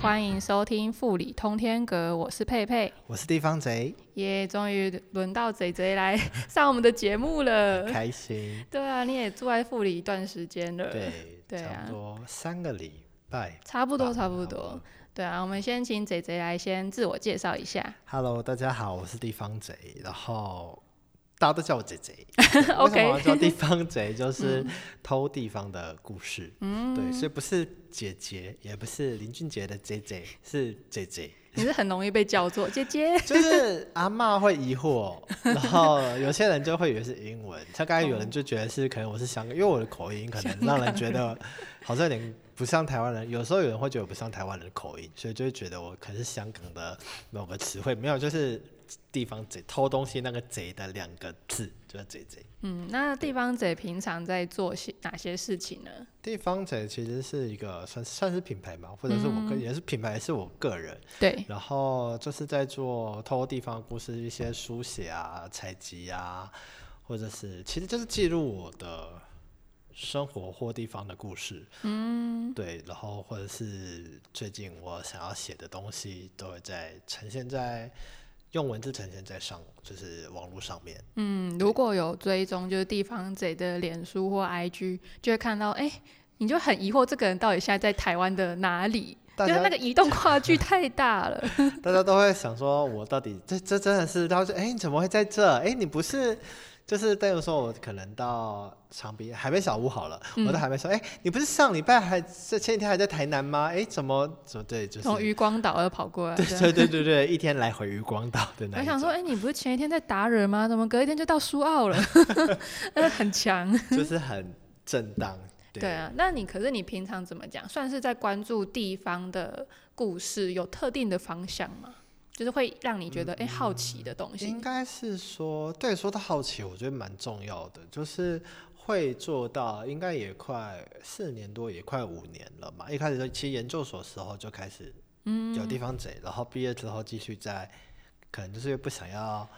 欢迎收听《富里通天阁》，我是佩佩，我是地方贼，耶、终于轮到贼贼来上我们的节目了。开心。对啊，你也住在富里一段时间了，，对，对啊差不多三个礼拜。差不多，吧差不多。对啊，我们先请贼贼来先自我介绍一 下。 Hello，大家好，我是地方贼，然后大家都叫我 姐姐。 OK 嗯为什么要叫地方 贼？就是嗯偷地方的故事。嗯，对，所以不是姐姐，也不是林俊杰的姐姐，是姐姐。你是很容易被叫做姐姐，就是阿嬷会疑惑， 然后有些人就会以为是英文，像刚才有人就觉得是可能我是香港，因为我的口音可能让人觉得好像有点不像台湾人，有时候有人会觉得我不像台湾人的口音，所以就会觉得我可能是香港的某个词汇，没有就是地方贼偷东西那个贼的两个字就是贼贼。嗯，那地方贼平常在做些哪些事情呢？地方贼其实是一个算算是品牌嘛，或者是我个、也是品牌，是我个人，对，然后就是在做偷地方故事一些书写啊、采集啊，或者是其实就是记录我的生活或地方的故事。嗯，对，然后或者是最近我想要写的东西，都会在呈现在用文字呈现在上，就是网络上面。嗯，如果有追踪就是地方贼的脸书或 IG，就会看到，哎、你就很疑惑这个人到底现在在台湾的哪里？就大家是那个移动跨距太大 了。大家都会想说，我到底这这真的是，他说，哎、你怎么会在这？哎、你不是，就是例如说，我可能到长滨海边小屋好了，嗯我到海边说，哎、你不是上礼拜还这前几天还在台南吗？哎、怎么怎么对，就是从渔光岛要跑过来。对这样对对对对，一天来回渔光岛的那我一想说，种，哎、你不是前一天在达人吗？怎么隔一天就到苏澳了？ 那很强。就是很正当。对对啊，那你可是你平常怎么讲？算是在关注地方的故事，有特定的方向吗？就是会让你觉嗯得哎、诶好奇的东西应。该是说，对，说到好奇，我觉得蛮重要的，就是会做到，应该也快四年多，也快五年了嘛。一开始就其实研究所时候就开始，嗯，有地方贼，然后毕业之后继续在，可能就是因为不想要。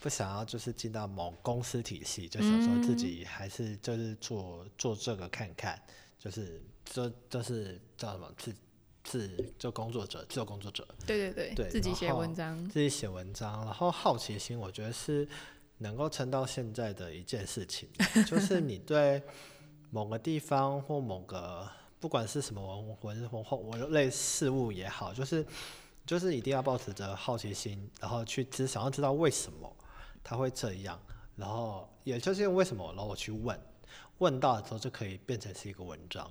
不想要就是进到某公司体系，就想说嗯自己还是就是做做这个看看，就是就就是叫什么自自就工作者自由工作者，对对对自己然写后文章。自己写文章，然后好奇心，我觉得是能够撑到现在的一件事情， 就是你对某个地方或某个不管是什么文文文化文类事物也好，就是就是一定要保持着好奇心，然后去只想要知道为什么他会这样，然后也就是因为为什么，然后我去问，问到的时候就可以变成是一个文章，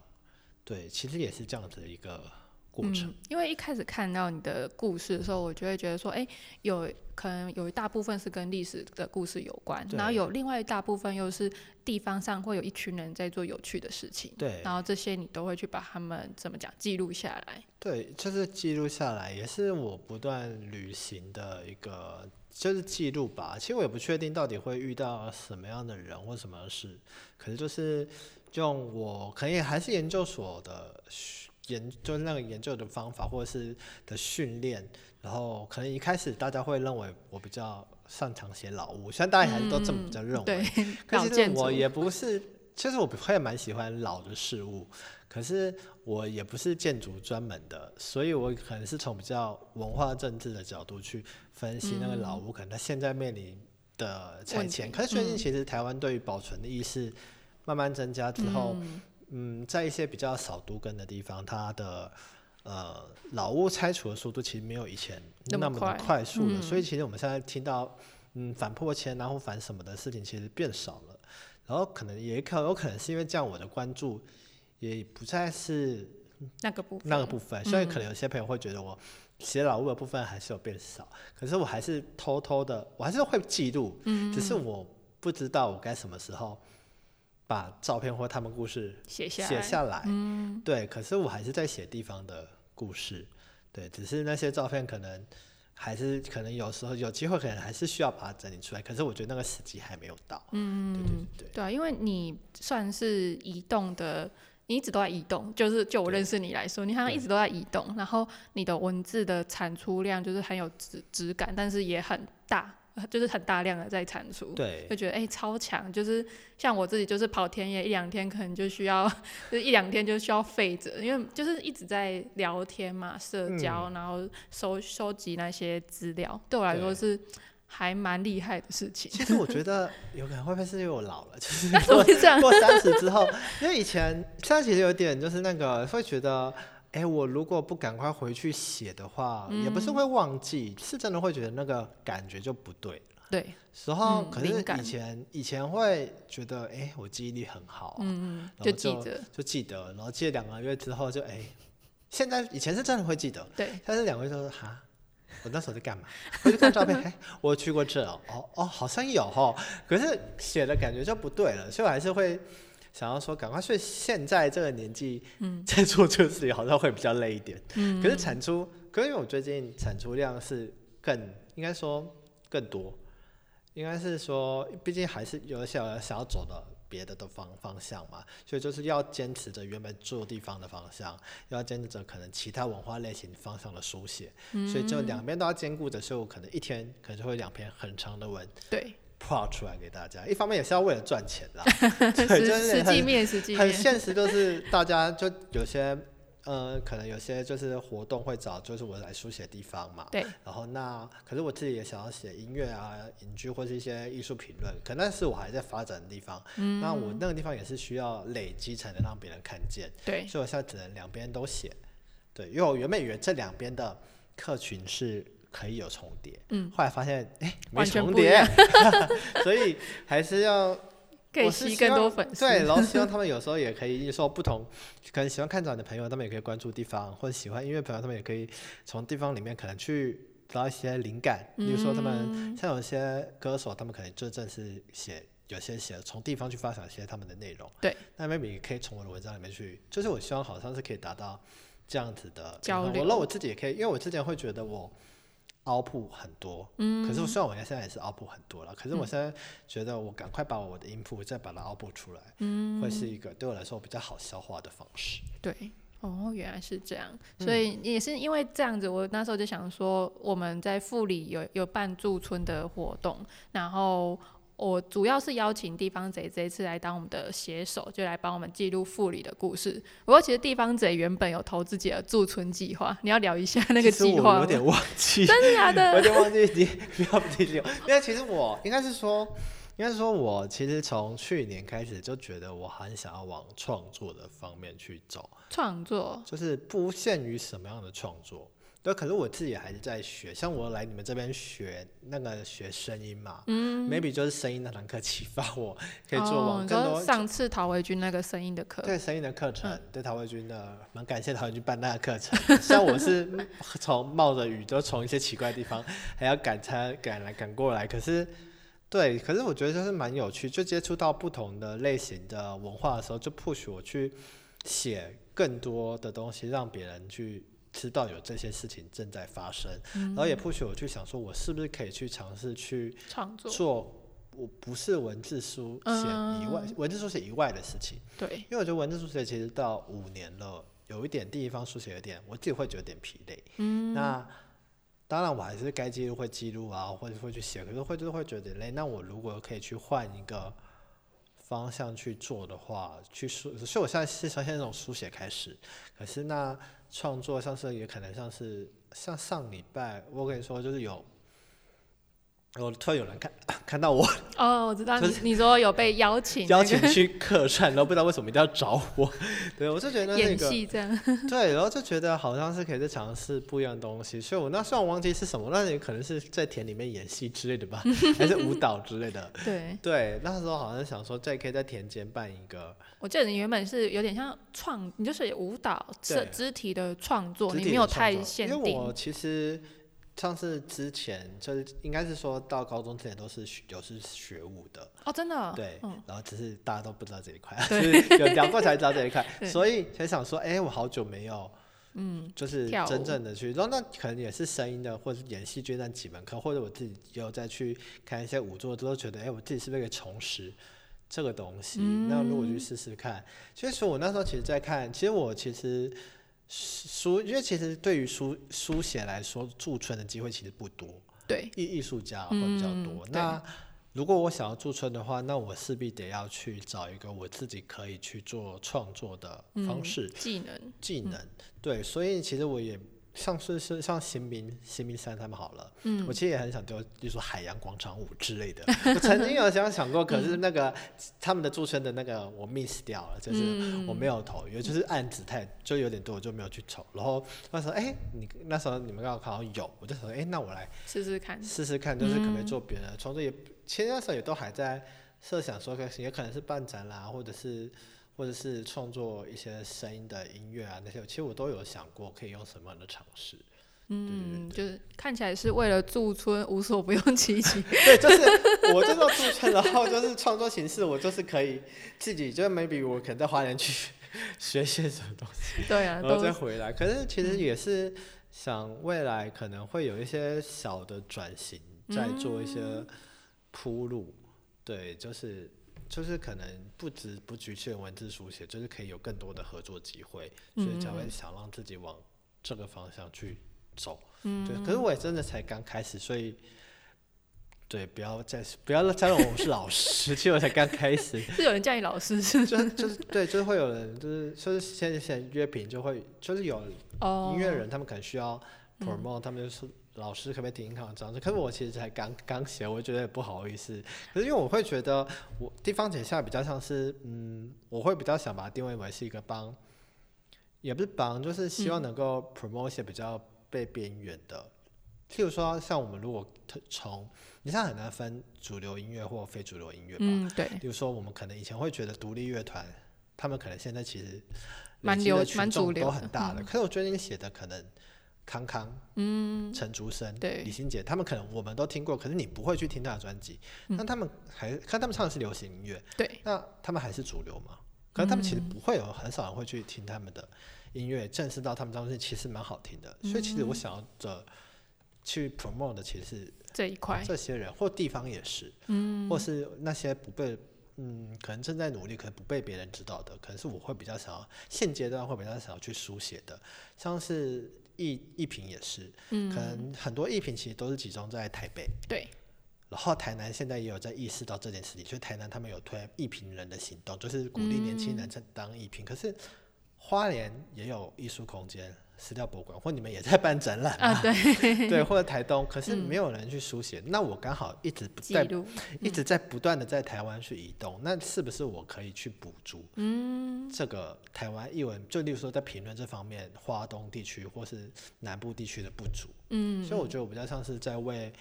对，其实也是这样子的一个过程。嗯，因为一开始看到你的故事的时候，我就会觉得说，哎、有可能有一大部分是跟历史的故事有关，对然后有另外一大部分又是地方上会有一群人在做有趣的事情，对然后这些你都会去把他们怎么讲记录下来，对，就是记录下来，也是我不断旅行的一个，就是记录吧。其实我也不确定到底会遇到什么样的人或什么事，可是就是用我可以还是研究所的训研，就是那个研究的方法或者是的训练，然后可能一开始大家会认为我比较擅长写老屋，虽然大家还是都这么比较认为， 对，可老是其实建筑我也不是，其实我会蛮喜欢老的事物，可是我也不是建筑专门的，所以我可能是从比较文化政治的角度去分析那个老屋，可能它现在面临的嗯拆问题嗯迁。可是最近其实台湾对于保存的意识慢慢增加之后，嗯在一些比较少都根的地方，它的。呃，老屋拆除的速度其实没有以前那么那么的快嗯快速了，所以其实我们现在听到嗯反破迁啊或反什么的事情其实变少了，然后可能也可有可能是因为这样我的关注也不再是那个部分，嗯那个部分，所以可能有些朋友会觉得我写老物的部分还是有变少，可是我还是偷偷的，我还是会记录，嗯只是我不知道我该什么时候把照片或他们故事写下写来嗯下来。对。可是我还是在写地方的故事，对，只是那些照片可能还是可能有时候有机会，可能还是需要把它整理出来。可是我觉得那个时机还没有到。嗯，对对对对。对啊，因为你算是移动的，你一直都在移动，就是就我认识你来说，你好像一直都在移动，然后你的文字的产出量就是很有质质感，但是也很大，就是很大量的在产出。对就，觉得哎、超强，就是像我自己就是跑田野一两天，可能就需要 就是一两天就需要废着，因为就是一直在聊天嘛，社嗯交，然后收收集那些资料，对我来说对是还蛮厉害的事 情。其实我觉得有可能会不会是因为我老了，就是那怎么会这样？过三十之后，因为以前现在其实有点就是那个会觉得，哎、我如果不赶快回去写的话，也嗯不是会忘记，是真的会觉得那个感觉就不对。对，时候嗯可是灵感以前以前会觉得，哎、我记忆力很好啊、嗯嗯，然后就就记着，就记得，然后记得两个月之后就哎、现在以前是真的会记得，对，但是两个月之后说哈。我那时候在干嘛？回去看照片， 哎、我去过这哦，哦哦，好像有哦，可是写的感觉就不对了，所以我还是会想要说，赶快睡。现在这个年纪，嗯，在做这个事情好像会比较累一点，嗯。可是产出，可是因为我最近产出量是更，应该说更多，应该是说，毕竟还是有想想要走的别的的方方向嘛，所以就是要坚持着原本住地方的方向，要坚持着可能其他文化类型方向的书写，所以就两边都要兼顾着，所以我可能一天可能就会两篇很长的文 对，抛出来给大家。一方面也是要为了赚钱 啦，对，就实是实际很面实际很面，现实，就是大家就有些。呃，可能有些就是活动会找就是我来书写地方嘛，对，然后那可是我自己也想要写音乐啊、影剧或是一些艺术评论，可那是我还在发展的地方。那我那个地方也是需要累积才能让别人看见，对，所以我现在只能两边都写。对，因为我原本以为这两边的客群是可以有重叠，嗯，后来发现哎没完全重不一叠， 所以还是要 可以我是吸希更望多粉丝，对，然后希望他们有时候也可以说不同，可能喜欢看展的朋友，他们也可以关注地方，或者喜欢音乐朋友，他们也可以从地方里面可能去找到一些灵感。比如说他们、嗯像有些歌手，他们可能就正是写。有些写从地方去发想一些他们的内容，对，那 maybe 也可以从我的文章里面去，就是我希望好像是可以达到这样子的交平衡流我那我自己也可以，因为我之前会觉得我凹铺很多，嗯，可是我虽然我现在也是凹铺很多了，可是嗯我现在觉得我赶快把我的音符再把它凹补出来，嗯，会是一个对我来说比较好消化的方式。对，哦，原来是这样，所嗯以也是因为这样子，我那时候就想说，我们在富里有有办驻村的活动，然后我主要是邀请地方贼这一次来当我们的写手，就来帮我们记录富里的故事。不过其实地方贼原本有投自己的驻村计划，你要聊一下那个其实计我划有吗， 点忘记，真的假我的？有点忘记你不要提醒我，因为其实我应该是说，应该是说我其实从去年开始就觉得我很想要往创作的方面去走，创作，就是不限于什么样的创作。对，可是我自己还是在学，像我来你们这边学那个学声音嘛，嗯，maybe 就是声音那堂课启发我可以做哦，往你更说多上次陶维军那个声音的课，对声音的课程，对陶慧君的，蛮感谢陶慧君办那个课程。 像我是从冒着雨，都从一些奇怪的地方，还要赶车赶来赶过来。可是，对，可是我觉得就是蛮有趣，就接触到不同的类型的文化的时候，就 push 我去写更多的东西，让别人去。知道有这些事情正在发生，然后也 push 我去想说，我是不是可以去尝试去创作，做我不是文字书写以外，文字书写以外的事情。对，因为我觉得文字书写其实到五年了，有一点地方书写有点，我自己会觉得有点疲累。嗯，那当然我还是该记录会记录啊，或者会去写，可是会就是会觉得累。那我如果可以去换一个方向去做的话，去书，所以我现在是从现在这种书写开始。可是那创作像是也可能像是像上礼拜我跟你说就是有。我突然有人看 看到我哦，我知道就你你说有被邀请那邀请个去客串，然后不知道为什么一定要找我，对我就觉得那是一演个戏这样。 对，然后就觉得好像是可以再尝试不一样的东西，所以我那虽然忘记是什么，那也可能是在田里面演戏之类的 吧，还是舞蹈之类的。对，对，那时候好像想说，再可以在田间办一个我记得你原本是有点像创，你就是舞蹈对是肢体的创作，肢你体没的有创太作限因为我定。其实像是之前就是应该是说到高中之前都是学有是学舞的，哦，真的，对，嗯，然后只是大家都不知道这一块，就对，是有聊过才知道这一 块对所以才想说，哎、我好久没有，嗯，就是跳舞真正的去，然后那可能也是声音的，或者是演戏剧那几门课，或者我自己也有再去看一些舞作，都觉得，哎、我自己是不是可以重拾这个东西？那如果嗯去试试看，其实我那时候其实在看，其实我其实。书，因为其实对于书书写来说，驻村的机会其实不多。对，艺艺术家会比较多。嗯那如果我想要驻村的话，那我势必得要去找一个我自己可以去做创作的嗯方式、技能，技能。对，所以其实我也像是是像邢明、邢明山他们好了，嗯我其实也很想丢，比如说海洋广场舞之类的。 我曾经有想想过，可是那个、他们的驻村的那个我 miss 掉了，就是我没有投，也就是案子太就有点多，我就没有去投。然后那时候，哎、你那时候你们刚好好像有，我就想，哎、那我来。试试看，试试看，就是可不可以做别人的创作。也其实那时候也都还在设想说，可能也可能是办展览啊，或者是或者是创作一些声音的音乐啊那些，其实我都有想过可以用什么样的尝试。嗯，就是看起来是为了驻村无所不用其极， 对，就是我这种驻村，然后就是创作形式，我就是可以自己，就是 maybe 我可能在花莲去学些什么东西，对啊，然后都再回来。可是其实也是想未来可能会有一些小的转型，再做一些铺路。对，就是就是可能不止不局限文字书写，就是可以有更多的合作机会，所以才会想让自己往这个方向去走。嗯对，可是我也真的才刚开始，所以。对，不要再不要再让我是老师，其实我才刚开始， 是有人叫你老师是不是就是就是对，就是会有人就是就是现在现在约评就会就是有哦，音乐人他们可能需要 promote，、他们就说老师可不可以听一看我这样子？可是我其实才刚刚写，我觉得也不好意思。可是因为我会觉得我地方剪下比较像是，嗯，我会比较想把它定位为是一个帮，也不是帮，就是希望能够 promote 一些比较被边缘的。譬如说，像我们如果特从，你现在很难分主流音乐或非主流音乐吧？嗯，对，比如说，我们可能以前会觉得独立乐团，他们可能现在其实蛮累积流的群蛮主众流都的很大的。可是我最近写的可能康康、嗯，陈竹生、对李心洁，他们可能我们都听过，可是你不会去听他的专辑。嗯那、他们还，看他们唱的是流行音乐，对，那他们还是主流嘛？可是他们其实不会有很少人会去听他们的音乐，正视到他们当中其实蛮好听的。所以其实嗯我想要的去 promote 的其实是这一块，这些人或地方也是，嗯，或是那些不被嗯，可能正在努力，可能不被别人知道的，可能是我会比较想要现阶段会比较想要去书写的，像是艺艺评也是，嗯，可能很多艺评其实都是集中在台北，对，然后台南现在也有在意识到这件事情，所以台南他们有推艺评人的行动，就是鼓励年轻人在当艺评，可是花莲也有艺术空间。私教博物馆，或你们也在办展览嘛啊，对，对，或者台东，可是没有人去书写。那我刚好一直不记在，录，一嗯直在不断的在台湾去移动，那是不是我可以去补足嗯，这个台湾译文？就例如说在评论这方面，华东地区或是南部地区的不足。嗯，所以我觉得我比较像是在为，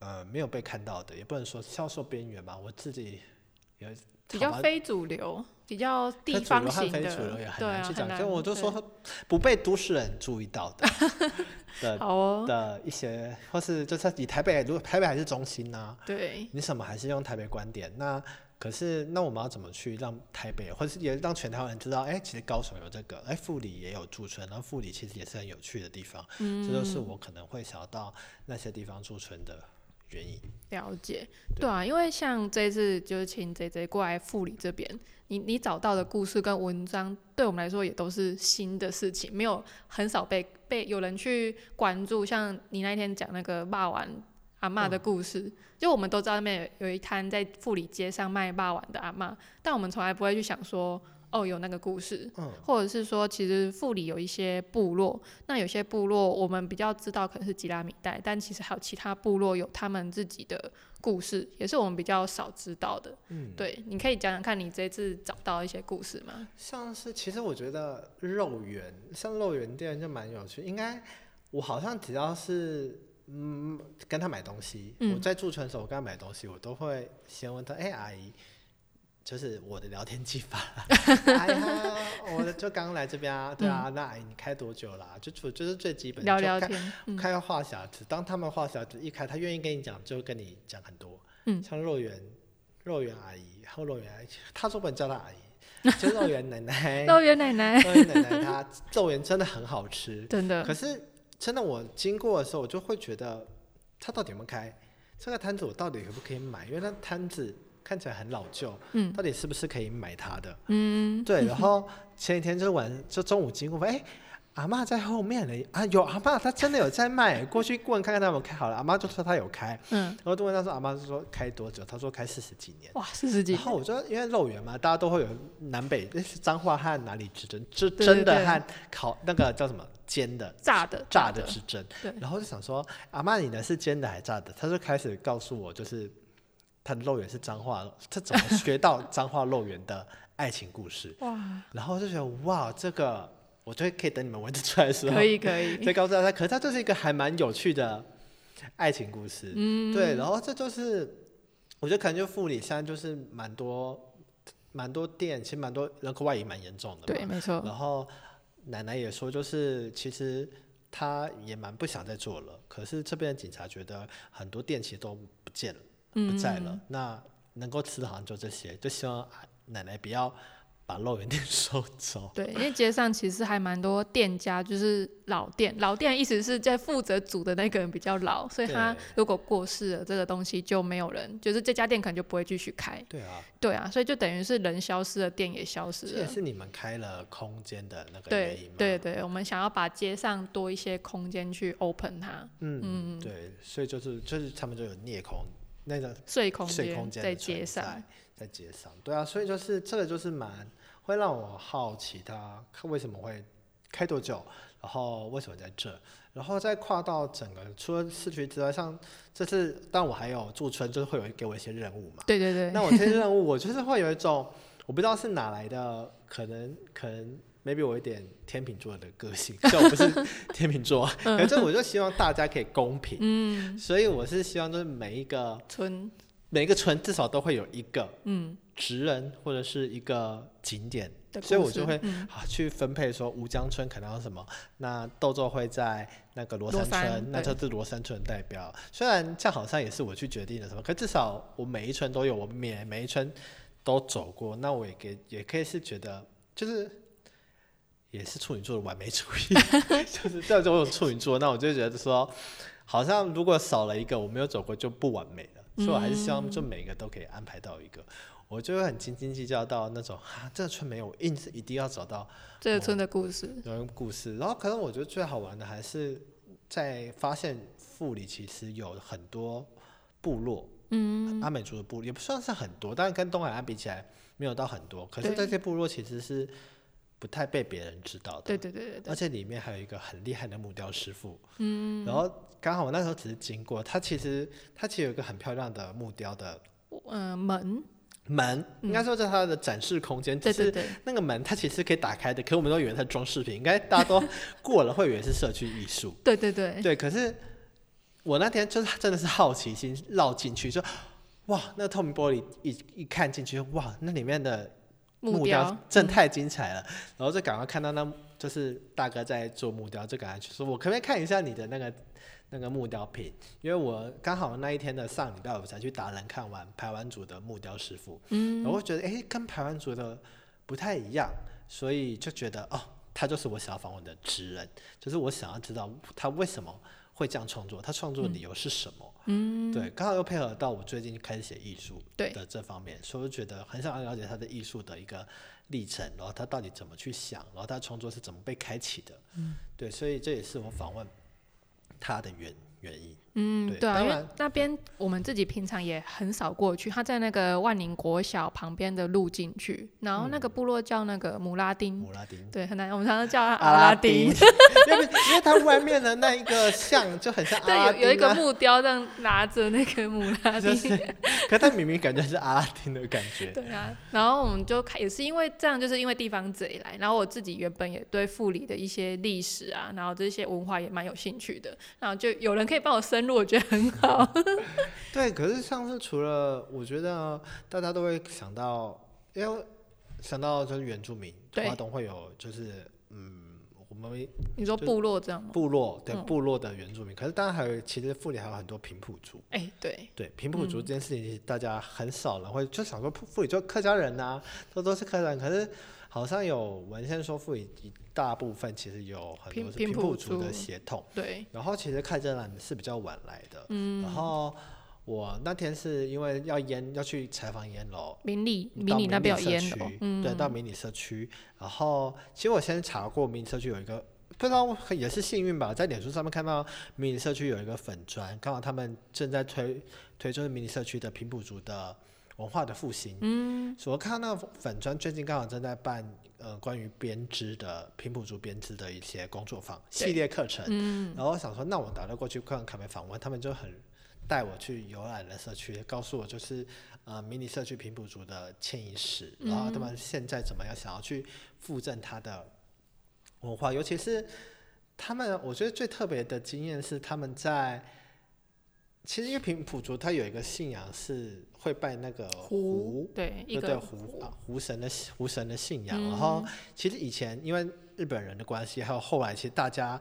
呃，没有被看到的，也不能说销售边缘吧，我自己也比好吧较非主流，比较地可主方流和型非的，主流也很对难啊，去很讲，难。就我就对说不被都市人注意到的的好哦，的一些，或是就是以台北，如果台北还是中心啊呐、对，你什么还是用台北观点？那可是那我们要怎么去让台北，或是也让全台湾人知道，哎、其实高雄有这个，哎、富里也有驻村，然后富里其实也是很有趣的地方，这就是我可能会想要到那些地方驻村的原因。了解，对啊，因为像这次就是请 J J 过来富里这边，你你找到的故事跟文章，对我们来说也都是新的事情，没有很少被被有人去关注。像你那天讲那个霸王阿嬷嗯的故事，就我们都知道那边有有一摊在富里街上卖霸王的阿嬷，但我们从来不会去想说。哦，有那个故事，嗯或者是说，其实富里有一些部落，那有些部落我们比较知道可能是吉拉米代，但其实还有其他部落有他们自己的故事，也是我们比较少知道的。嗯，对，你可以讲讲看你这次找到一些故事吗？像是其实我觉得肉圆，像肉圆店就蛮有趣，应该我好像只要是。嗯，跟他买东西，嗯我在驻村的时候，我跟他买东西，我都会先问他，哎、阿姨，就是我的聊天技 法啦。哎呀，我就刚来这边啊，对啊，那阿姨你开多久啦、就就就是最基本的，聊就聊开天，嗯开话匣子，当他们话匣子一开，他愿意跟你讲，就跟你讲很多。嗯像肉圆，肉圆阿姨，还有肉圆阿姨，他说不能叫她阿 姨，就肉圆奶奶，肉圆奶嗯奶，肉圆奶奶她肉圆真的很好吃。真的，可是真的我经过的时候，我就会觉得他到底有没有开这个摊子，我到底可不可以买？因为那摊子看起来很老旧，嗯到底是不是可以买它的？嗯， 对，然后前几天就是晚就中午经过，发现哎。阿嬷在后面嘞啊，有阿嬷，她真的有在卖，过去问看看她有没有开好了。阿妈就说她有开，嗯，然后就问她说阿妈是说开多久？她说开四十几年。哇，四十几 然，后我就因为肉圆嘛，大家都会有南北，诶是彰化和哪里之争，之对真对的和烤那个叫什么煎的炸的，炸的之争对。然后就想说，阿妈你的是煎的还炸的？他就开始告诉我，就是他的肉圆是彰化，他怎么学到彰化肉圆的爱情故事？哇，然后我就觉得哇，这个我觉得可以等你们文字出来的时候可以可 以，再告诉大家。可是它就是一个还蛮有趣的爱情故事，嗯，对。然后这就是我觉得可能就富里山就是蛮多蛮多店，其实蛮多人口外移蛮严重的嘛，对，没错，然后奶奶也说，就是其实她也蛮不想再做了，可是这边的警察觉得很多店其实都不见了，嗯不在了，那能够吃的好像就这些，就希望啊奶奶不要把肉圆店收走。对，因为街上其实还蛮多店家，就是老店，老店的意思是在负责煮的那个人比较老，所以他对如果过世了，这个东西就没有人，就是这家店可能就不会继续开。 对啊，对啊，所以就等于是人消失了，店也消失这了也。是你啊们开了空间的那个原对因嘛。对对，我们想要把街上多一些空间去 open 它，嗯，对，所以就是就是他们就有裂空那个碎空碎间空间在的存街上在。，在街上，对啊，所以就是这个就是蛮会让我好奇它为什么会开多久，然后为什么在这，然后再跨到整个除了市区之外，像这次但我还有驻村，就是会有给我一些任务嘛，对对对，那我这些任务我就是会有一种我不知道是哪来的，可能可能。maybe 我有点天秤座的个性，虽然我 不是天秤座，反正我就希望大家可以公平，嗯， 所以我是希望就是每一个村每个村至少都会有一个嗯职人或者是一个景点，的故事，所以我就会、嗯啊去分配说吴江村可能要什么，那豆豆会在那个罗罗山村，山那对就是罗山村代表。虽然这样好像也是我去决定的什么，可至少我每一村都有，我每每一村都走过，那我也给也可以是觉得就是。也是处女座的完美主义， 就是这种处女座，那我就觉得说，好像如果少了一个我没有走过就不完美了，所以我还是希嗯望就每一个都可以安排到一个，我就会很斤斤计较到那种啊，这个村没有，我硬是一定要找到这个村的故事，有人故事。然后可能我觉得最好玩的还是在发现富里其实有很多部落，嗯，阿美族的部落也不算是很多，但跟东海岸比起来没有到很多，可是对这些部落其实是不太被别人知道的，对对对对对，而且里面还有一个很厉害的木雕师傅，嗯，然后刚好我那时候只是经过，他其实他其实有一个很漂亮的木雕的嗯、门，门，应该说是他的展示空间，只嗯对对是对，那个门它其实是可以打开的，可我们都以为它是装饰品，应该大家都过了会以为是社区艺术，对对对，对，可是我那天就是真的是好奇心绕进去，就哇，那透明玻璃一一看进去，哇，那里面的木雕雕，真太精彩了，然后就赶快看到那就是大哥在做木雕，就赶快去说，我可不可以看一下你的那个那个木雕品？因为我刚好那一天的上礼拜我才去达人看完排湾族的木雕师傅，嗯，然后我觉得哎、诶跟排湾族的不太一样，所以就觉得哦，他就是我想要访问的职人，就是我想要知道他为什么会这样创作，他创作的理由是什么。嗯，对，刚好又配合到我最近开始写艺术对的这方面，所以我就觉得很想要了解他的艺术的一个历程，然后他到底怎么去想，然后他创作是怎么被开启的。嗯，对，所以这也是我访问他的原原因。嗯，对对啊，当因为然那边我们自己平常也很少过去，他在那个万宁国小旁边的路进去，然后那嗯个部落叫那个姆拉丁，姆拉丁。对，很难，我们常常叫他阿嗯拉拉丁，因 为因为他外面的那一个像就很像阿对，拉丁、啊，有有一个木雕这样拿着那个姆拉 就丁，是，可他明明感觉是阿拉丁的感觉。对啊，然后我们就开，也是因为这样，就是因为地方贼来，然后我自己原本也对富里的一些历史啊，然后这些文化也蛮有兴趣的，然后就有人可以帮我深入，我觉得很 好。对，可是上次除了我觉得大家都会想到，因为想到就是原住民，对华东会有就是嗯，我们你说就部落这样吗？部落对嗯部落的原住民，可是当然还有其实富里还有很多平埔族。哎、对，对平埔族这件事情，其实大家很少人会就想说富里就客家人呐、都都是客家人。可是好像有文献说富里一大部分其实有很平多是平平埔埔族的族血统。对，然后其实看展览是比较晚来的，然后我那天是因为要烟要去采访烟楼，明理到明理那边有社烟区楼，嗯，对，到迷你社区。然后其实我先查过，迷你社区有一个不知道也是幸运吧，在脸书上面看到迷你社区有一个粉砖，刚好他们正在推推就是迷你社区的平埔族的文化的复兴。嗯，所以我看到那个粉砖最近刚好正在办呃关于编织的平埔族编织的一些工作坊系列课程。嗯，然后我想说，那我打算过去看看没访问，他们就很带我去游览了社区，告诉我就是呃迷你社区平埔族的迁移史，然后他们现在怎么样想要去附赠它的。文化，尤其是他们，我觉得最特别的经验是他们在，其实因为平埔族他有一个信仰是会拜那个湖，对，一对对个嗯湖啊湖神的湖神的信仰。然后其实以前因为日本人的关系，还有后来其实大家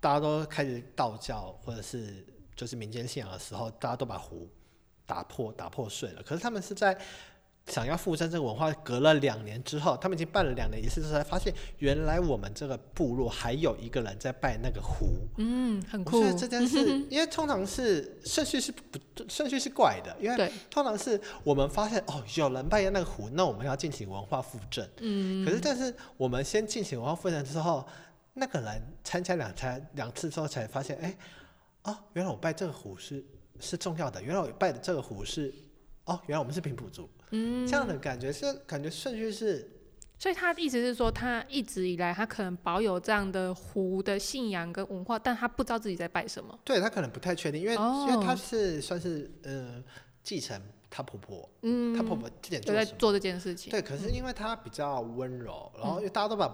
大家都开始道教或者是就是民间信仰的时候，大家都把湖打破打破碎了。可是他们是在想要复振这个文化，隔了两年之后，他们已经办了两年仪式之后，才发现原来我们这个部落还有一个人在拜那个湖。嗯，很我酷觉，得这件 事，因为通常是顺序是不顺序是怪的，因为对，通常是我们发现哦，有人扮演那个湖，那我们要进行文化复振。嗯，可是但是我们先进行文化复振之后，那个人参加两参两次之后才发现，哎，哦，原来我拜这个湖是是重要的，原来我拜的这个湖是，哦，原来我们是平埔族。嗯，这样的感觉是感觉顺序是所以他的意思是说，他一直以来他可能保有这样的湖的信仰跟文化，但他不知道自己在拜什么。对他可能不太确定，因为、因哦为他是算是嗯、呃继承她婆婆，嗯，她婆婆这点就做在什么？做这件事情。对，可是因为她比较温柔，然嗯后因为大家都把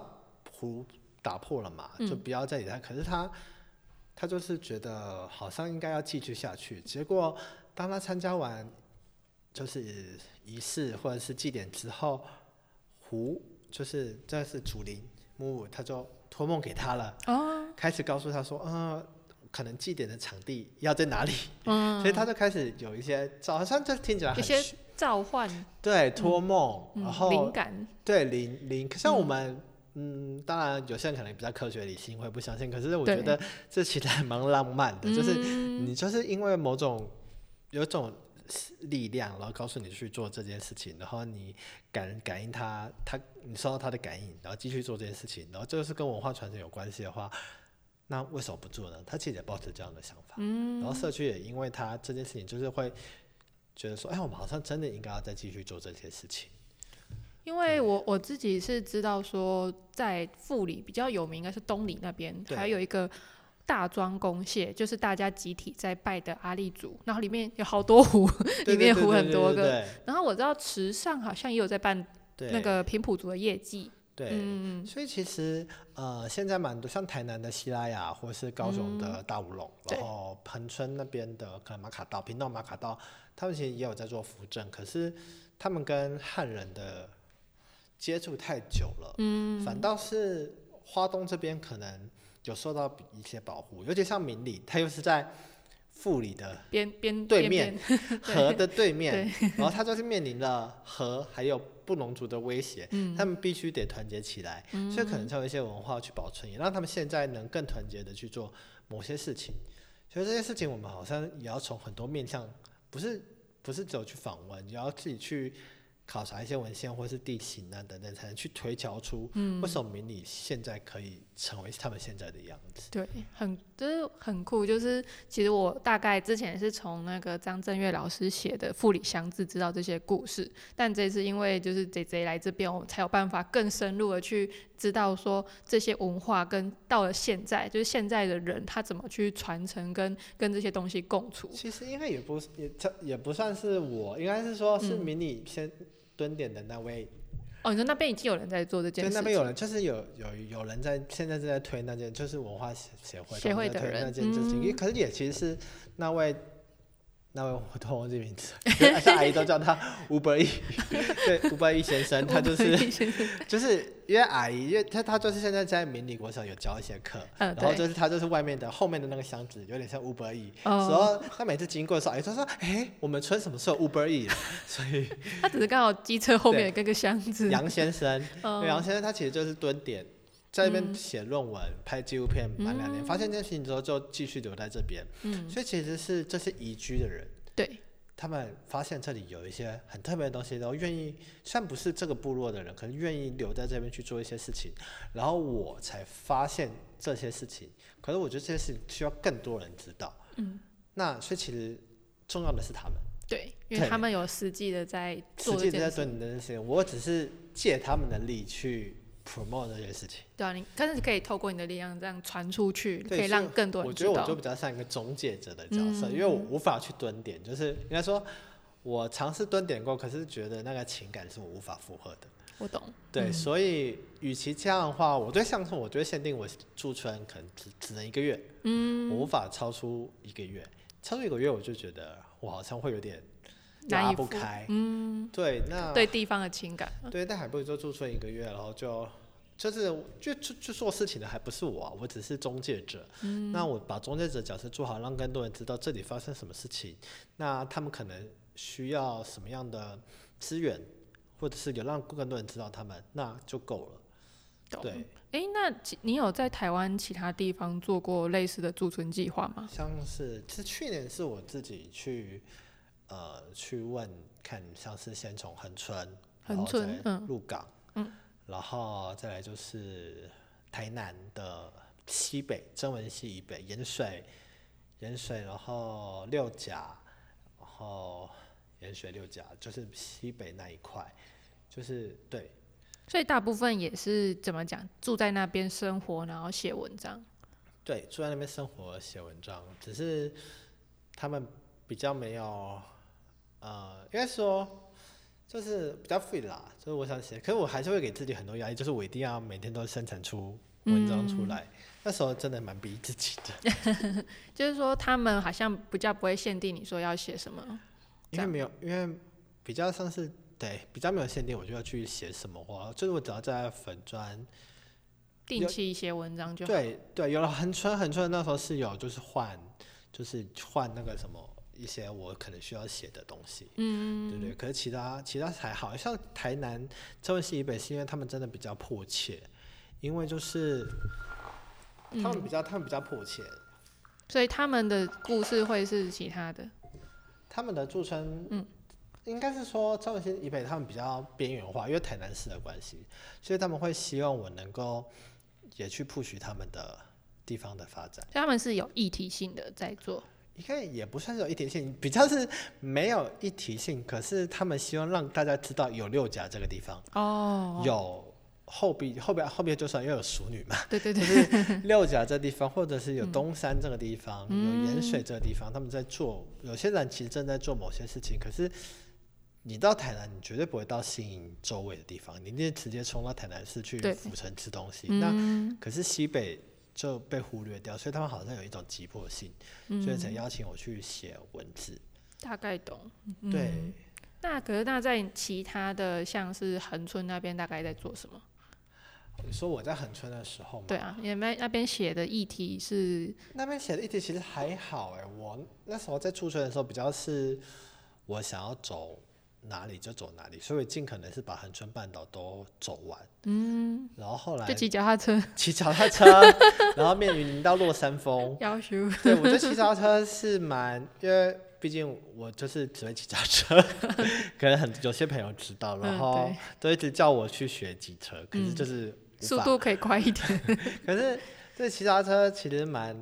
壶打破了嘛，就不要再理她。可是她，她就是觉得好像应该要继续下去。结果当她参加完就是仪式或者是祭典之后，壶就是这是主灵木木，他就托梦给她了，哦，开始告诉她说，呃。可能祭典的场地要在哪里，嗯，所以她就开始有一些，好像就听起来一很些虚召唤，对托梦，嗯然后灵感，对零零，像我们嗯当然有些人可能比较科学理性，会不相信。可是我觉对得这其实还蛮浪漫的，就是嗯你就是因为某种有种力量，然后告诉你去做这件事情，然后你感感应它，它你受到它的感应，然后继续做这件事情，然后这个是跟文化传承有关系的话，那为什么不做呢？他其实也抱持这样的想法，嗯，然后社区也因为他这件事情，就是会觉得说，哎，我们好像真的应该要再继续做这些事情。因为我我自己是知道说，在富里比较有名，应该是东里那边，对还有一个大庄公蟹，就是大家集体在拜的阿利族，然后里面有好多湖， 对里面湖很多，对对对对个。对对然后我知道池上好像也有在办对，那个平埔族的业绩，对，嗯，所以其实呃，现在蛮多像台南的西拉雅，或是高雄的大乌龙，嗯对然后彭村那边的可能马卡道、屏东马卡道，他们其实也有在做扶正，可是他们跟汉人的接触太久了，嗯，反倒是花东这边可能有受到一些保护，尤其像明理，它又是在富里的边边对边面边河的对面，然后他就是面临了河还有布农族的威胁，他们必须得团结起来，所以可能才有一些文化去保存，也让他们现在能更团结的去做某些事情。所以这些事情我们好像也要从很多面向，不是不是只有去访问，也要自己去考察一些文献或是地形啊等等，才能去推敲出为什么明理现在可以成为他们现在的样子。对，很就是很酷，就是其实我大概之前是从那个张震岳老师写的《富里乡志》知道这些故事，但这次因为就是贼贼来这边，我们才有办法更深入的去知道说这些文化跟到了现在，就是现在的人他怎么去传承跟跟这些东西共处。其实应该也不是也这也不算是我，应该是说是嗯迷你先蹲点的那位，哦，你说那边已经有人在做这件就事那情，边有人就是有有有人在现在正在推那件，就是文化协协会协他会们在的推人嗯那件事情，因为可是也其实是那位。那位我都忘记 名字，可是阿姨都叫他吴伯义，对吴伯义先 生，他就 E 是就是因为阿姨，因为他他就是现在在明理国小有教一些课，嗯然后对就是他就是外面的后面的那个箱子，有点像 Uber E，、哦然后他每次经过的时候，阿姨就说：“哎、我们村什么时候有 Uber E？” 所以他只是刚好机车后对啊面跟个箱子，杨先生，因嗯为杨先生他其实就是蹲点，在那边写论文、拍纪录片满两嗯年，发现这件事情之后就继续留在这边，所以其实是这是移居的人，对，他们发现这里有一些很特别的东西，然后愿意，虽然不是这个部落的人，可是愿意留在这边去做一些事情，然后我才发现这些事情。可是我觉得这些事情需要更多人知道。嗯，那所以其实重要的是他们，对，因为对他们有实际的在实做际这地件在做事，你的事情，我只是借他们的力去 promote 这件事情。对啊，你但是可以透过你的力量这样传出去，可对以所以让更多我人觉知得我道就。比较像一个中介者的角色，因为我嗯无法去蹲点，就是应该说，我尝试蹲点过，可是觉得那个情感是我无法负荷的。我懂，对，所以与其这样的话，我对相声，我就会限定我驻村可能只只能一个月，嗯，我无法超出一个月，超出一个月我就觉得我好像会有点难拉以不复开。嗯，对，那对地方的情感，对，但还不如就驻村一个月，然后就就是就就就做事情的还不是我、啊，我只是中介者。那我把中介者角色做好，让更多人知道这里发生什么事情，那他们可能需要什么样的资源，或者是有让更多人知道他们，那就够了。懂。对，诶，那其你有在台湾其他地方做过类似的驻村计划吗？像是是去年是我自己去呃去问看，像是先从恒春，然恒后春再嗯鹿港，然后再来就是台南的西北曾文溪以北盐水，盐水，然后六甲，然后盐水六甲就是西北那一块，就是对所以大部分也是怎么讲，住在那边生活，然后写文章。对，住在那边生活写文章，只是他们比较没有，呃，应该说就是比较 free 啦，就是我想写，可是我还是会给自己很多压力，就是我一定要每天都生产出文章出来。那时候真的蛮逼自己的，就是说，他们好像比较不会限定你说要写什么。这因为没有，因为比较像是对比较没有限定，我就要去写什么话，就是我只要在粉砖，定期写文章就好。对对，有了很春很春，那时候是有就是换，就是换那个什么一些我可能需要写的东西。嗯，对对，可是其他其他还好像台南中文系以北是因为他们真的比较迫切，因为就是嗯他们比较、他们比较迫切，所以他们的故事会是其他的。他们的驻村嗯。应该是说中文系以北他们比较边缘化，因为台南市的关系，所以他们会希望我能够也去 push 他们的地方的发展。所以他们是有议题性的在做，应该也不算是有一体性，比较是没有一体性，可是他们希望让大家知道有六甲这个地方，哦，有后壁后边后边就算又有熟 女嘛。对对 对，六甲这地方，或者是有嗯东山这个地方，有盐水这个地方，他们在做，有些人其实正在做某些事情，可是你到台南，你绝对不会到新营周围的地方，你一定直接冲到台南市去对府城吃东西。那嗯，可是西北就被忽略掉，所以他们好像有一种急迫性，所以才邀请我去写文字。嗯大概懂。对，那可是那在其他的像是恒春那边大概在做什么？你说我在恒春的时候嘛，对啊，你们那边写的议题是那边写的议题其实还好哎、我那时候在驻村的时候比较是，我想要走哪里就走哪里，所以我尽可能是把恒春半岛都走完。嗯，然后后就来骑脚踏车骑脚踏车，然后面云林到落山 峰。要 求，对，我觉得骑脚踏车是蛮，因为毕竟我就是只会骑脚踏车，可能很有些朋友知道，然嗯后对都一直叫我去学机车，可是就是无速法度可以快一点。可是这骑脚踏车其实蛮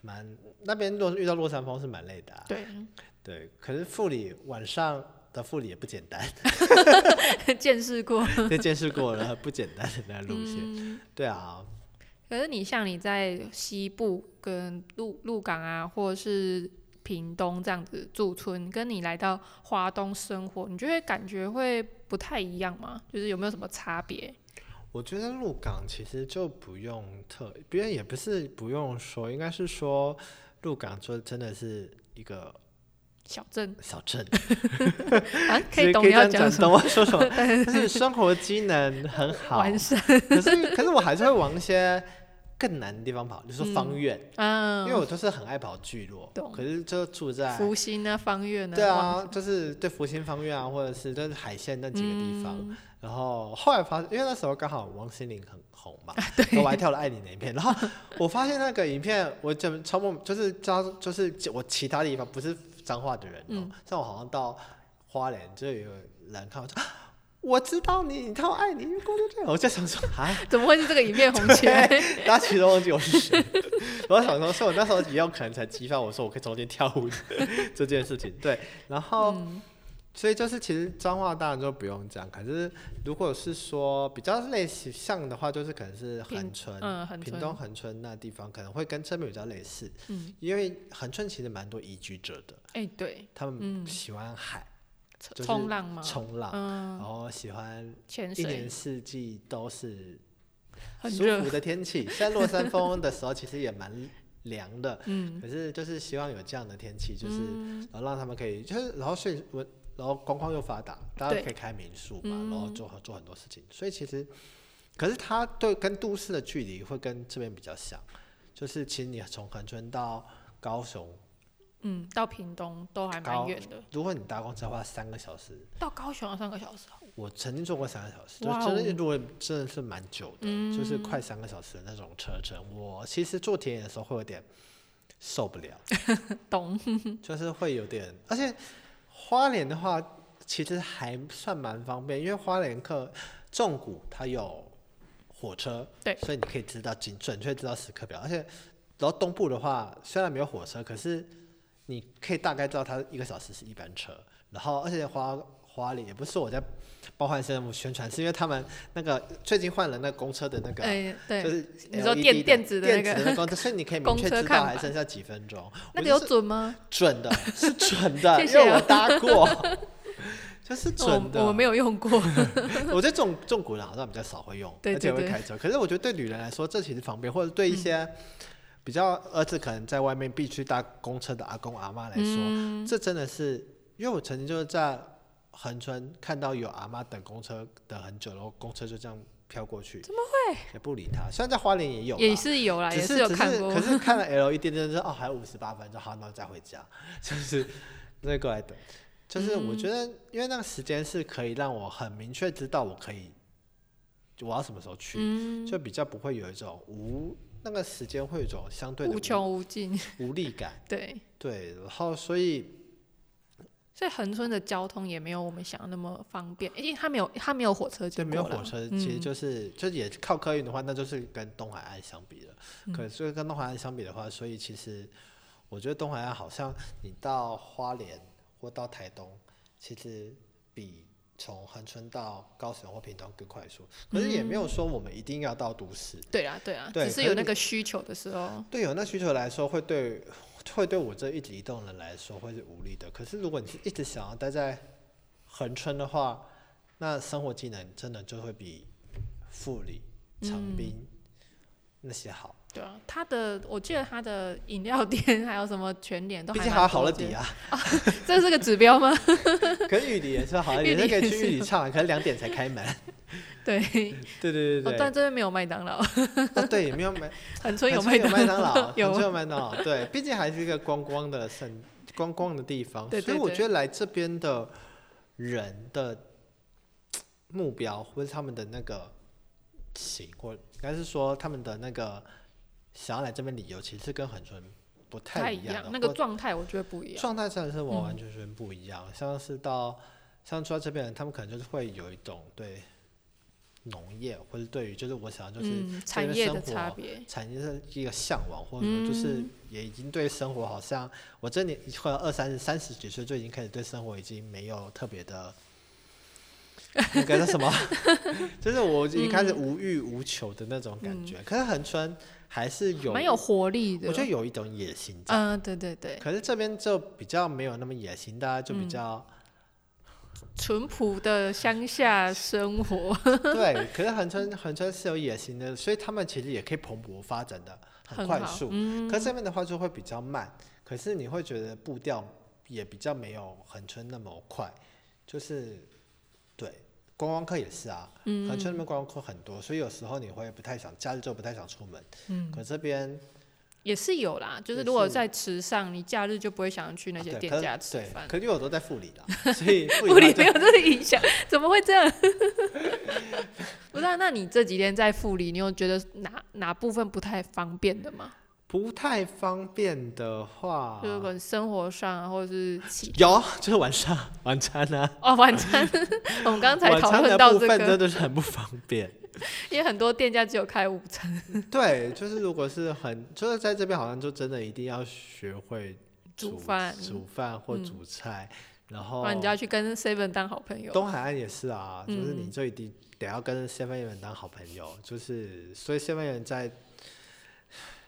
蛮那边落遇到落山风是蛮累的、啊，对， 对。可是富里晚上的富里也不简单， 见识过。这见识过了不简单的那路线，嗯 对啊，可是你像你在西部跟鹿鹿港啊，或者是屏东这样子驻村，跟你来到华东生活，你就会感觉会不太一样吗？就是有没有什么差别？我觉得鹿港其实就不用特，别人也不是不用说，应该是说鹿港就真的是一个小 镇小镇，啊， 可所以以懂你可以这要样讲讲，什懂么，我说什 么，就是生活机能很好，完善，可是可是我还是会往一些更难的地方跑，就是说方院。 因为嗯，我就是很爱跑聚落懂，可是就住在福星啊，方院啊，对哇，啊，就是对福星方院啊，或者是就是海线那几个地方。嗯然后后来发现，因为那时候刚好王心凌很红啊嘛，对，我还跳了《爱你》那影片。然后我发现那个影片，我怎么超梦，就是知道，就是我其他地方不是彰化的人哦、嗯像我好像到花莲就有人看我说。啊我知道你，你看我爱你，因为工作这样，我就想说，哎，怎么会是这个一片红圈？ 对，大家其实都忘记我 是谁。我想说，是我那时候也有可能才激发我说我可以中间跳舞的这件事情。对，然后、嗯所以就是其实脏话当然就不用讲，可是如果是说比较类似像的话，就是可能是恒屏春。嗯，很屏纯东恒春那地方可能会跟这边比较类似，嗯，因为恒春其实蛮多移居者的， 哎、对，他们嗯喜欢海、就是冲浪吗？冲浪，然嗯，后喜欢潜一年水四季都是很舒热服，的天 气。现在落山风的时候其实也蛮凉的，嗯，可是就是希望有这样的天气，就是、嗯然后让他们可以就是然后睡我。然后观光又发达，大家对可以开民宿嘛，然后做做很多事情，所以其实，可是它对跟都市的距离会跟这边比较像，就是其实你从恒春到高雄，嗯，到屏东都还蛮高远的，如果你搭公车的话，三个小时，到高雄要三个小时哦。 我曾经坐过三个小时，哇就哦嗯真的如果真的是蛮久的，就是快三个小时的那种车程。我其实坐田野的时候会有点受不了，懂，就是会有点，而且花莲的话其实还算蛮方便，因为花莲客重谷它有火车，对所以你可以知道精准确知道时刻表，而且然后东部的话虽然没有火车，可是你可以大概知道它一个小时是一班车，然后而且花花莲也不是说我在包换生宣传，是因为他们那个最近换了那个公车的那个。哎、就对，是你说 LED 电的电子的电那个子的公车，所以你可以明公确车知看道还板剩下几分钟。那个我就有是准吗？准的， 是准 的，谢因谢为我啊搭过， 就是我准的。我没有用 过，我觉得这种这种古人好像比较少会用，对对而且会对开车。可是我觉得对女人来说，这其实方便，或者对一嗯些比较儿子可能在外面必须搭公车的阿公阿妈来说，嗯这真的是因为我曾经就是在横村看到有阿妈等公车等很久，然后公车就这样飘过去，怎么会？也不理他。虽然在花莲也有啦，也是有啦，只也是有只看是过可。 是看了 LED 真的是哦，还有五十八分钟，好，那我再回家，就是那个来等。就是我觉嗯得，因为那个时间是可以让我很明确知道我可以，我要什么时候去，嗯，就比较不会有一种无那个时间会有一种相对的无穷无尽， 无力感。对，对，然后所以所以恒春的交通也没有我们想的那么方便，因为它没有它没有火车对经没有过啦火车，嗯其实就是、就也靠客运的话，那就是跟东海岸相比了。嗯可是跟东海岸相比的话，所以其实我觉得东海岸好像你到花莲或到台东，其实比从恒春到高雄或屏东更快速。可是也没有嗯说我们一定要到都市。对啦对啦，对只可是是有那你个需求的时候，对有那需求来说，会对会对我这一直移动人来说会是无力的。可是如果你是一直想要待在恒春的话，那生活技能真的就会比富里、长嗯滨、那些好。对啊，它的我记得它的饮料店还有什么全脸都毕还竟蛮还有好多乐迪间，啊， 这是个指标 吗？可是玉里也是好乐迪，玉里那可以也去是玉里唱啊，可是两点才开门。 对，对对哦对，对，但这边没有麦当劳，啊对，也没有麦，恒春有恒春麦有麦当 劳，有恒春有麦当劳，对，毕竟还是一个观光的圣观光的地方，对对所以我对觉得来这边的人的嘖目标或者他们的那个行，或应该是说他们的那个想要来这边旅游，其实跟恒春不不太一一样，的那个或状态我觉得不一样。嗯状态真的是完完全全不一样。像是到像住在这边的人，他们可能就是会有一种对农业，或者对于就是我想要就是嗯，这产边业生的活差别，产业是一个向往，或者说嗯就是也已经对生活好像我这年或者二三十三十几岁就已经开始对生活已经没有特别 的。那个叫什么？ 就是我已经开嗯始无欲无求的那种感觉。可是横村还是有，蛮有活力的。我觉得有一种野心在。嗯，对对对，可是这边就比较没有那么野心，大家就比嗯较、淳朴的乡下生活 对。可是横村横村是有野心的，所以他们其实也可以蓬勃发展的很快好速。嗯，可是这边的话就会比较慢，可是你会觉得步调也比较没有恒春那么快，就是对观光客也是啊，嗯恒春那边观光客很多，所以有时候你会不太想假日就不太想出门，嗯，可这边也是有啦。就是也如果是在池上，你假日就不会想要去那啊些对店可家是吃对饭。可是因为我都在富里啦，所以富 物里理的没话有这个影 响，怎么会这样？ 不是、啊，那你这几天在富里，你有觉得哪哪部分不太方便的吗？不太方便的话，就是可能生活上啊或者是其有就是晚上晚餐啊，哦 晚 餐，我们刚才晚讨餐论的到部这分个，真的是很不方 便。因为很多店家只有开午餐，对，就是如果是很，就是在这边好像就真的一定要学会煮饭煮饭或嗯煮菜，然不后然你就要去跟 Seven 当好朋友。东海岸也是啊，就是你嗯就一定得要跟 Seven Eleven 当好朋友，就是所以 Seven Eleven 在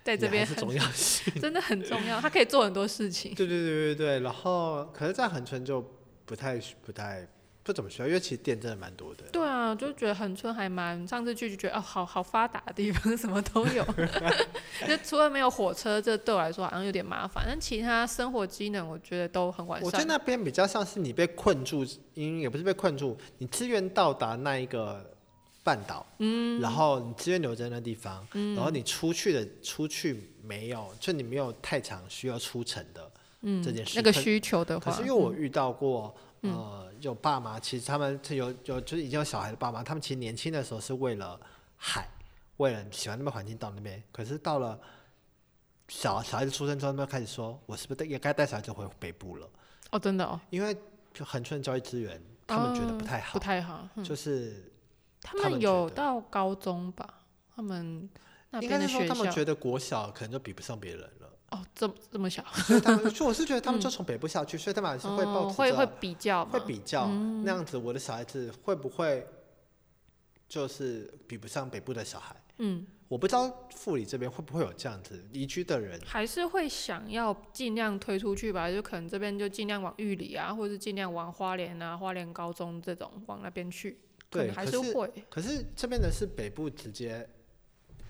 在这也边还是很重要 性。真的很重要，他可以做很多事情。对对对对对，然后可是，在横村就不太不太不怎么需要，因为其实店真的蛮多的。对啊，就觉得恒春还蛮，上次去就觉得哦，好好发达的地方，什 么都有。就除了没有火车，这对我来说好像有点麻烦，但其他生活机能我觉得都很完我觉得善。那边比较像是你被困住，因也不是被困住，你自愿到达那一个半岛，嗯，然后你自愿留在那地方，嗯，然后你出去的出去没有，就你没有太长需要出城的嗯这件事。那个可需求嗯的可话，是因为我遇到过，呃，有爸妈，其实他们有有就是已经有小孩的爸妈，他们其实年轻的时候是为了海，为了喜欢那边环境到那边，可是到了小小孩子出生之后，他们开始说，我是不是也该带小孩子回北部了？哦，真的哦，因为就恒春教育资源，他们觉得不太不好，太好。嗯就是他他们们觉有得到高中吧？他们那应边该的是说学他们校觉得国小可能就比不上别人 了，哦，这么这么小，所以他们，所以我是觉得他们就从北部下去，所以他们还是会抱嗯持会着会嗯比较嘛，会比较、那样子，我的小孩子会不会就是比不上北部的小孩？嗯，我不知道富里这边会不会有这样子移居的人，还是会想要尽量推出去吧，就可能这边就尽量往玉里啊，或者是尽量往花莲啊、花莲高中这种往那边去，可对，能还可是会。可是这边的是北部直接，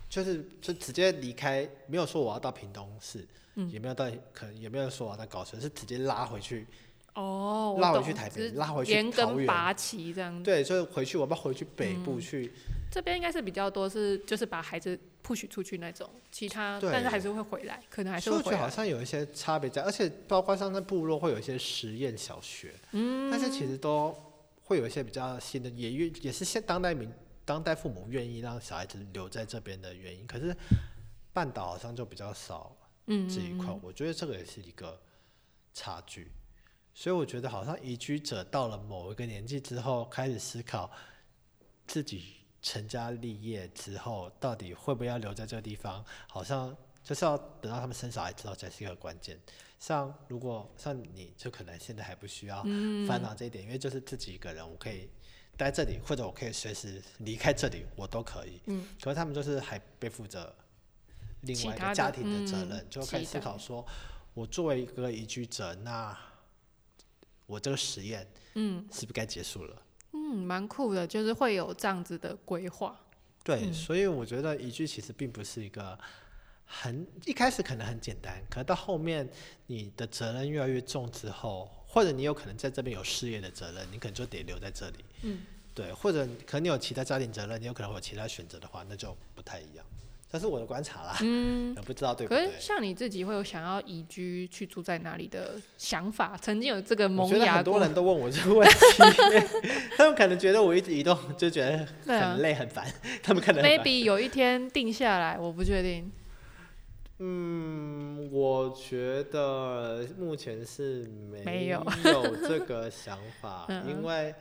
就是就直接离开，没有说我要到屏东市，嗯也没有到可能也没有说我要到高雄，是直接拉回去，哦，我拉回懂去台只北，是拉回去连桃根园。拔嗯旗这样。对，就是回去，我们要回去北部去。这边应该是比较多是就是把孩子 push 出去那种，其他对但是还是会回来，可能还是所以会我觉回得好来。像有一些差别在，而且包括像在部落会有一些实验小学，嗯，但是其实都会有一些比较新的，也愿也是现当代民当代父母愿意让小孩子留在这边的原因。可是半岛好像就比较少嗯这一块，我觉得这个也是一个差距。所以我觉得好像移居者到了某一个年纪之后，开始思考自己成家立业之后，到底会不会要留在这个地方，好像就是要等到他们生小孩之后才是一个关键。像如果像你，就可能现在还不需要嗯烦恼这一点，因为就是自己一个人，我可以待这里，或者我可以随时离开这里，我都可以。嗯，可是他们就是还背负着另其外一他个的家庭的责任，嗯就开始期思待考说，我作为一个移居者，那我这个实验，嗯，是不是该结束了？嗯，蛮酷的，就是会有这样子的规划。对，嗯所以我觉得移居其实并不是一个很一开始可能很简单，可到后面你的责任越来越重之后，或者你有可能在这边有事业的责任，你可能就得留在这里。嗯，对，或者可能你有其他家庭责任，你有可能会有其他选择的话，那就不太一样。这是我的观察啦， 嗯，不知道对不可对是。像你自己会有想要移居去住在哪里的想法？曾经有这个我萌觉得芽很多过，人都问我这个问题， 他们可能觉得我一直移动就觉得对啊很累很烦，他们可能很烦 maybe 有一天定下来，我不确定。嗯，我觉得目前是没没有这个想法， 嗯因为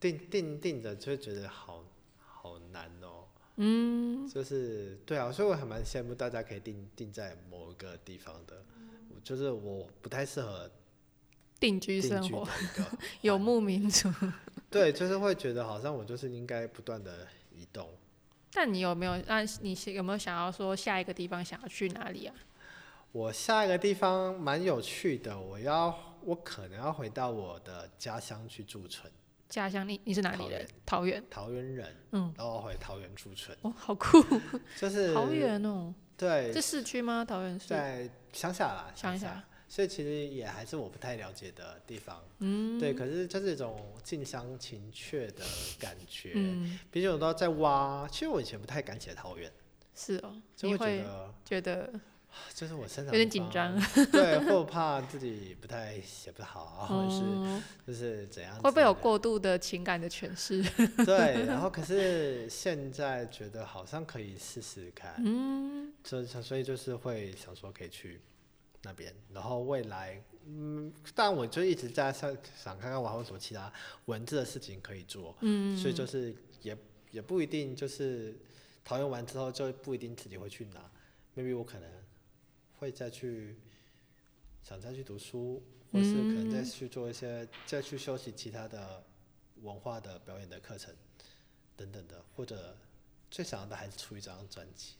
定定定着就觉得好好难哦。嗯，就是对啊，所以我还蛮羡慕大家可以定定在某一个地方的，我就是我不太适合定居定居的生一活，个游牧民族。 对，就是会觉得好像我就是应该不断的移动。但你有没有？那你是有没有想要说下一个地方想要去哪里啊？我下一个地方蛮有趣的，我要我可能要回到我的家乡去驻村，家乡你你是哪里人？桃园。桃园人，嗯，然后回桃园驻村，哦，好 酷，就是桃园哦，对这，市区吗？桃园市。在乡下啦，乡下下，所以其实也还是我不太了解的地方，嗯，对，可是就是一种近乡情怯的感觉，嗯，毕竟我都在挖，其实我以前不太敢写桃园，是哦。就你会会觉得 觉得就是我生长有点地紧方张， 对，或怕自己不太写不好啊，或者是哦就是怎样，会不会有？过度的情感的诠释？对，然后可是现在觉得好像可以试试看，嗯，这所以就是会想说可以去那边，然后未来，嗯，但我就一直在想想看看我还有什么其他文字的事情可以做，嗯，所以就是也也不一定就是讨论完之后就不一定自己会去哪，maybe 我可能会再去想再去读书，或是可能再去做一些、再去修习其他的文化的表演的课程等等的，或者最想要的还是出一张专辑。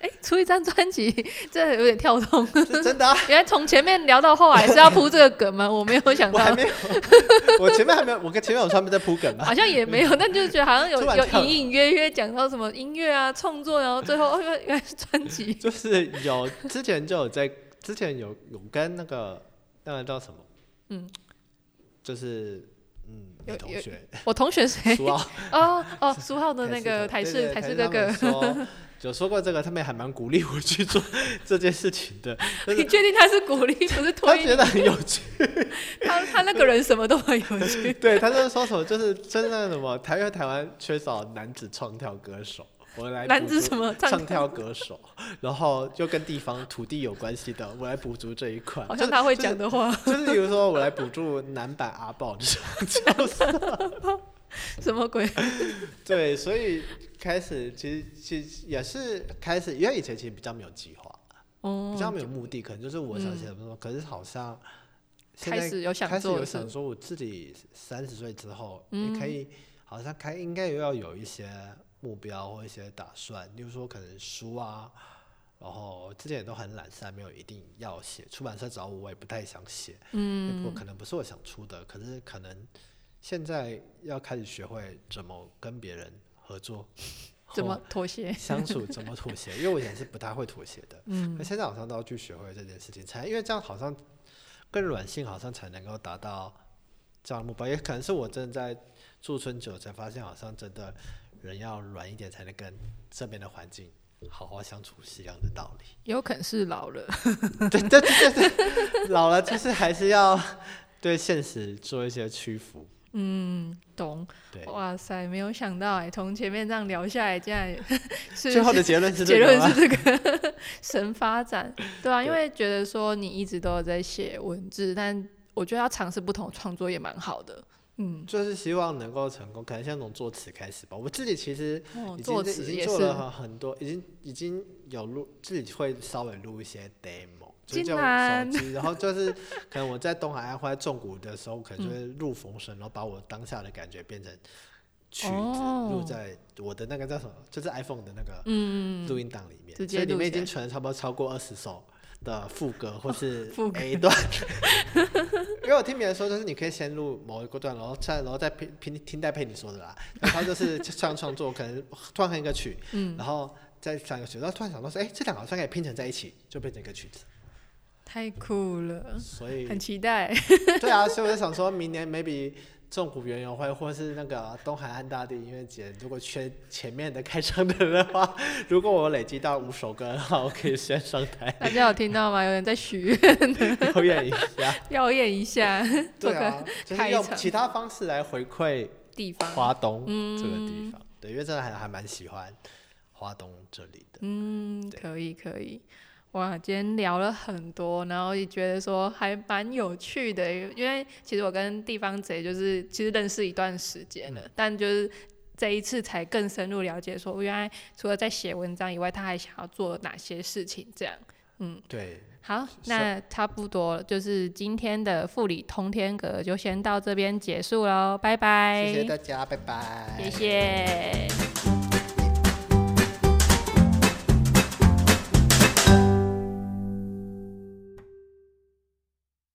哎、出一张专辑， 这有点跳动。是真的啊，原来从前面聊到后来是要铺这个梗吗？我没有想我到，还没有， 我前面还没有，我跟前面有他们在铺梗啊。好像也没有，但就是觉得好像有 突然有跳了隐隐约约讲到什么音乐啊、创作，然后最后哦，原来原来是专辑。 就是有之前就有在，之前有有跟那个那个叫什么，嗯，就是嗯，有女同有学我同学 谁？ 苏傲哦 哦，苏浩的那个台台式式的台式对哥对哥，他们说 有说过这个，他们还蛮鼓励我去做这件事 情的，就你是确定他是鼓励不是他推觉你？得很有趣。 他他那个人什么都很有趣。对，他就是说什么，就是真的什么，台因为台湾缺少男子唱跳歌手，我来男补子足什么唱唱跳歌手，然后就跟地方土地有关系的，我来补足这一块。好就像是他会讲的话， 就是比如说，我来补助男版阿豹这种角色。什么鬼？对，所以开始其实其实也是开始，因为以前其实比较没有计划，哦比，较没有目的，可能就是我想写什么，可是好像现在嗯开始有想开始做有的事，想说，我自己三十岁之后，你可以好像开应该又要有一些目标或一些打算，例如说可能书啊，然后之前也都很懒散，没有一定要写。出版社找我，我也不太想写，嗯，不可能不是我想出的，可是可能现在要开始学会怎么跟别人合作怎或么 妥协？相处怎么妥协，因为我以前是不太会妥协的，嗯，那现在好像都要去学会这件事情，才因为这样好像更软性，好像才能够达到这样的目标。也可能是我真的在驻村久才发现，好像真的人要软一点，才能跟这边的环境好好相处是一样的道理。有可能是老了， 对对对对对，老了就是还是要对现实做一些屈服。懂？对，哇塞，没有想到哎、从前面这样聊下来，竟然 是最后的结论是结这个论吗是这个神发展，对啊，因对为觉得说你一直都有在写文字，但我觉得要尝试不同的创作也蛮好的。嗯，就是希望能够成功，可能先从作词开始吧。我自己其实哦，已经、作已词经也做是，了很多，已经已经有录自己会稍微录一些 demo，就竟是用然手机，然后就是可能我在东海岸或在纵谷的时候，可嗯能就会录风声，然后把我当下的感觉变成曲子，录哦在我的那个叫什么，就是 iPhone 的那个嗯，录音档里面，直接所以里录面已起来经存了差不多超过二十首的副歌或是哦副歌 A 段，因为我听别人说，就是你可以先录某一个段，然后再然后再拼拼听戴佩妮说的啦，然后就是就像创作，可能突然哼一个曲，嗯然后再唱一个曲，然后突然想到说，哎、这两个好像可以拼成在一起，就变成一个曲 子，太酷了，所以很期待。 对啊，所以我就想说明年 maybe 纵谷园游会或是那个东海岸大地音乐节，如果缺前面的开场的人的话，如果我累积到五首歌的话，我可以先上台大家有听到吗？有人在许 愿，表演一下。表演一下， 做对个 啊，就是开用场其他方式来回馈地方。花东这个地方。对，因为真的还还蛮喜欢花东这里的。嗯，对可以可以，哇，今天聊了很多，然后也觉得说还蛮有趣的，因为其实我跟地方贼就是其实认识一段时间嗯了，但就是。这一次才更深入了解，说原来除了在写文章以外，他还想要做哪些事情？这样对，好，是那差不多了就是今天的富里通天阁就先到这边结束喽，拜拜，哎谢谢大家，拜拜。谢谢